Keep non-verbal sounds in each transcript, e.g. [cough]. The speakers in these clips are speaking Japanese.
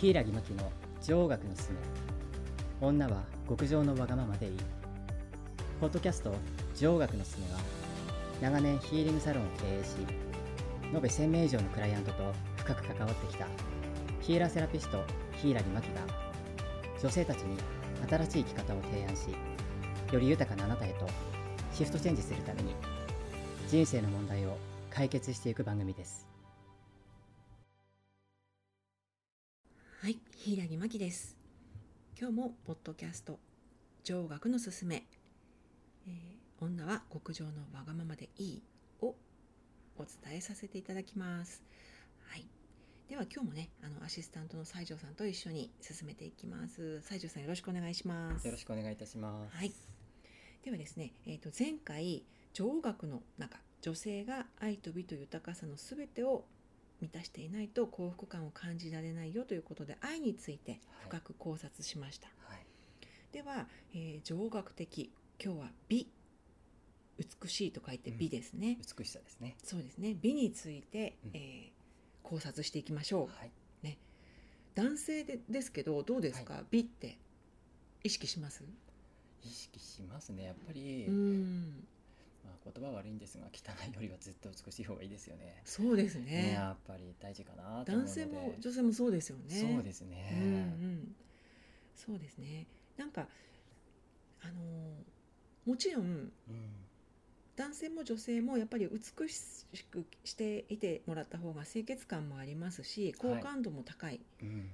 柊木真希の女王学のすすめ女は極上のわがままでいいポッドキャスト女王学のすすめは長年ヒーリングサロンを経営し延べ1000名以上のクライアントと深く関わってきたヒーラーセラピスト柊木真希が女性たちに新しい生き方を提案しより豊かなあなたへとシフトチェンジするために人生の問題を解決していく番組ですはい、柊木真希です。今日もポッドキャスト「上学のすすめ」えー女は極上のわがままでいい」をお伝えさせていただきます。はい、では今日もねあのアシスタントの西条さんと一緒に進めていきます。西条さんよろしくお願いします。よろしくお願いいたしますはいではですね、えー、と前回女学の中女性が愛と美と豊かさの全てを満たしていないと幸福感を感じられないよということで愛について深く考察しました、はいでは、えー、女学的今日は美美しいと書いて美ですね、美しさですねそうですね美について、うんえー考察していきましょう、い男性でですけどどうですか、美って意識します意識しますねやっぱり、うんまあ、言葉は悪いんですが汚いよりはずっと美しい方がいいですよねそうですねねやっぱり大事かなと思うの男で性も女性もそうですよね。そうですうんうね、ん、そうですね。なんかあのもちろんうん男性も女性もやっぱり美しくしていてもらった方が清潔感もありますしはい好感度も高い、うん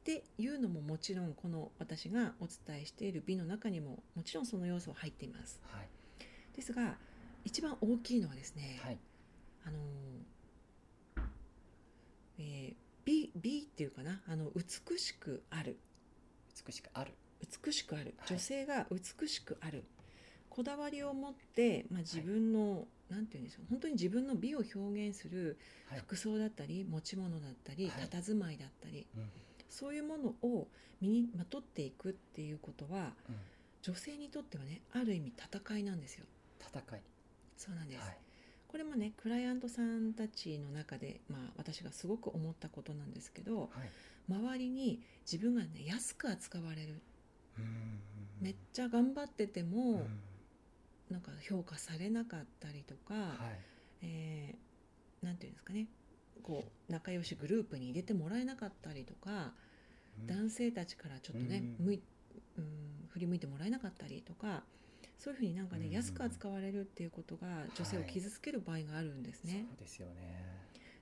っていうのももちろんこの私がお伝えしている美の中にももちろんその要素は入っています。はいですが一番大きいのはですね、はいあのえー美美っていうかなあの美しくある美しくある美しくあるはい女性が美しくある、こだわりを持って、まあ、自分の、なんて言うんでしょう本当に自分の美を表現するはい服装だったり持ち物だったりはい佇まいだったり、うんそういうものを身にまとっていくっていうことはうん女性にとってはねある意味戦いなんですよ。戦いそうなんです、はいこれもねクライアントさんたちの中で、まあ、私がすごく思ったことなんですけどはい周りに自分がね安く扱われるうんめっちゃ頑張ってても、うんなんか評価されなかったりとか、はいえーなんていうんですかねこう仲良しグループに入れてもらえなかったりとか、うん男性たちからちょっとね、うん向いうん、振り向いてもらえなかったりとかそういうふうになんかね、うん安く扱われるっていうことが女性をはい傷つける場合があるんですね。そうですよね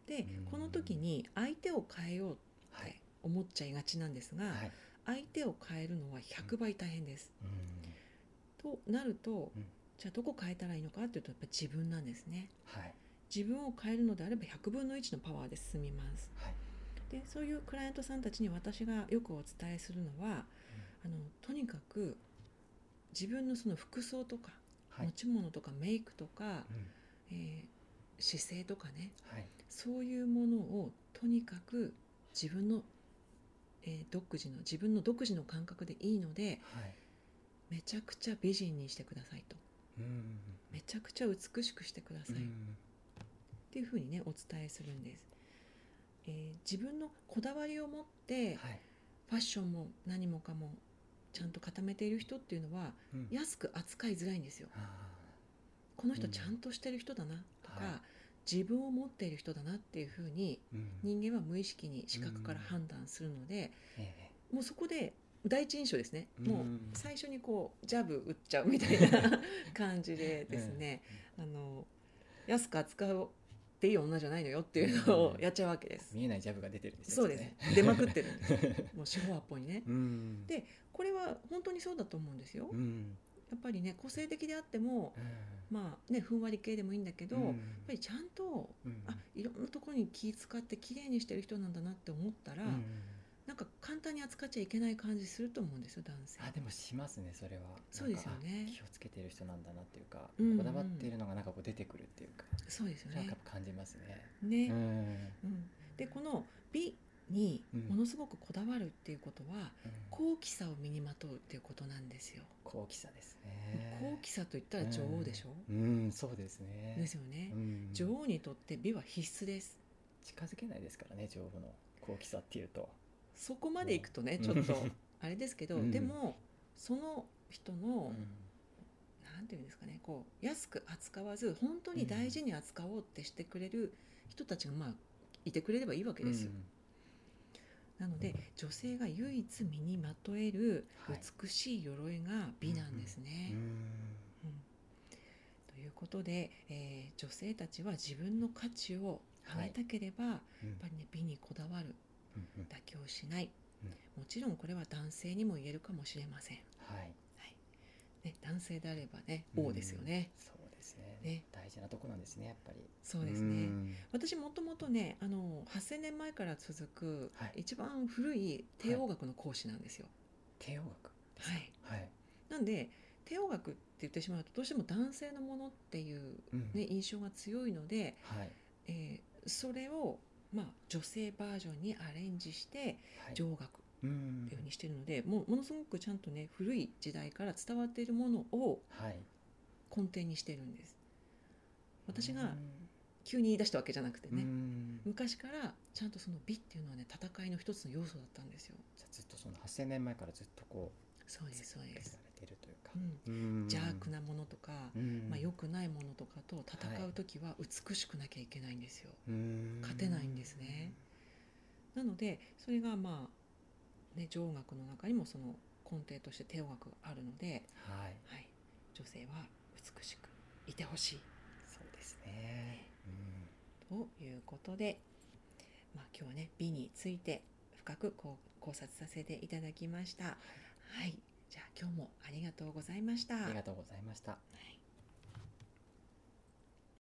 でうんこの時に相手を変えようっはいて思っちゃいがちなんですが、はい相手を変えるのは100倍大変です。うんとなると、うんじゃあどこ変えたらいいのかっていうとやっぱ自分なんですね。はい自分を変えるのであれば100分の1のパワーで進みますはいでそういうクライアントさんたちに私がよくお伝えするのは、あのとにかく自分のその服装とか、はい持ち物とかメイクとか、うんえー姿勢とかねはいそういうものをとにかく自分の、えー独自の自分の独自の感覚でいいのではいめちゃくちゃ美人にしてくださいとうんめちゃくちゃ美しくしてください、うんっていうふうにねお伝えするんです、えー自分のこだわりを持ってはいファッションも何もかもちゃんと固めている人っていうのはうん安く扱いづらいんですよあこの人うんちゃんとしてる人だなとか、は自分を持っている人だなっていうふうにーうん人間は無意識に視覚から判断するので、えもうそこで第一印象ですね、うんもう最初にこうジャブ打っちゃうみたいな感じでですね、あの安く扱うっていい女じゃないのよっていうのをうんやっちゃうわけですえ。見えないジャブが出てるんですそうです出まくってるん [laughs] です [laughs] もう四方八方にねうんでこれは本当にそうだと思うんですようんうんやっぱりね個性的であってもまあねふんわり系でもいいんだけど、うんやっぱりちゃんとうんあいろんなところに気使って綺麗にしてる人なんだなって思ったら、うんなんか簡単に扱っちゃいけない感じすると思うんですよ男性あでもしますねそれはそうですよねなんかあ気をつけてる人なんだなっていうかうんうんこだわってるのがなんかこう出てくるっていうかそうですよなんかね感じますねね、ううんんでこの美にうんものすごくこだわるっていうことは、うん高貴さを身にまとうっていうことなんですよ、高貴さですね高貴さといったら女王でしょ、うんうんそうですねですよね、うん女王にとって美は必須です近づけないですからね女王の高貴さっていうとそこまでいくとねちょっとあれですけど、うんでもその人うの、んなんていうんですかねこう安く扱わず本当に大事に扱おうってしてくれる人たちがまあいてくれればいいわけですよ、なので女性が唯一身にまとえるはい美しい鎧が美なんですね。うんうんということで、えー女性たちは自分の価値を上げたければ、やっぱりね美にこだわるうんうん妥協しない、うんもちろんこれは男性にも言えるかもしれません、はいね、男性であればねうん王ですよね、そうですねね大事なとこなんですねやっぱりそうですうねん私もともとねあの8,000年前から続く、はい一番古い帝王学の講師なんですよ。帝王学はいはいなんで帝王学って言ってしまうとどうしても男性のものっていう、うんね、印象が強いので、はいえーそれを、まあ、女性バージョンにアレンジしてはい上学うんっていうふうにしてるので、もうものすごくちゃんとね古い時代から伝わっているものをはい根底にしてるんです私うがん急に言い出したわけじゃなくてうね、ん昔からちゃんとその美っていうのはね戦いの一つの要素だったんですよじゃあずっとその8000年前からずっとこそううですそうで設計すさ、れてるというかうん、うん邪悪なものとか、うんまあ、良くないものとかと戦はいう時は美しくなきゃいけないんですよ、うん勝てないんですねなのでそれがまあ、ね、上学の中にもその根底として帝王学があるので、はいはい、女性は美しくいてほしいそうですねうんということで、まあ、今日はね美について深くこう考察させていただきました。はい、じゃあ今日もありがとうございました。ありがとうございましたはい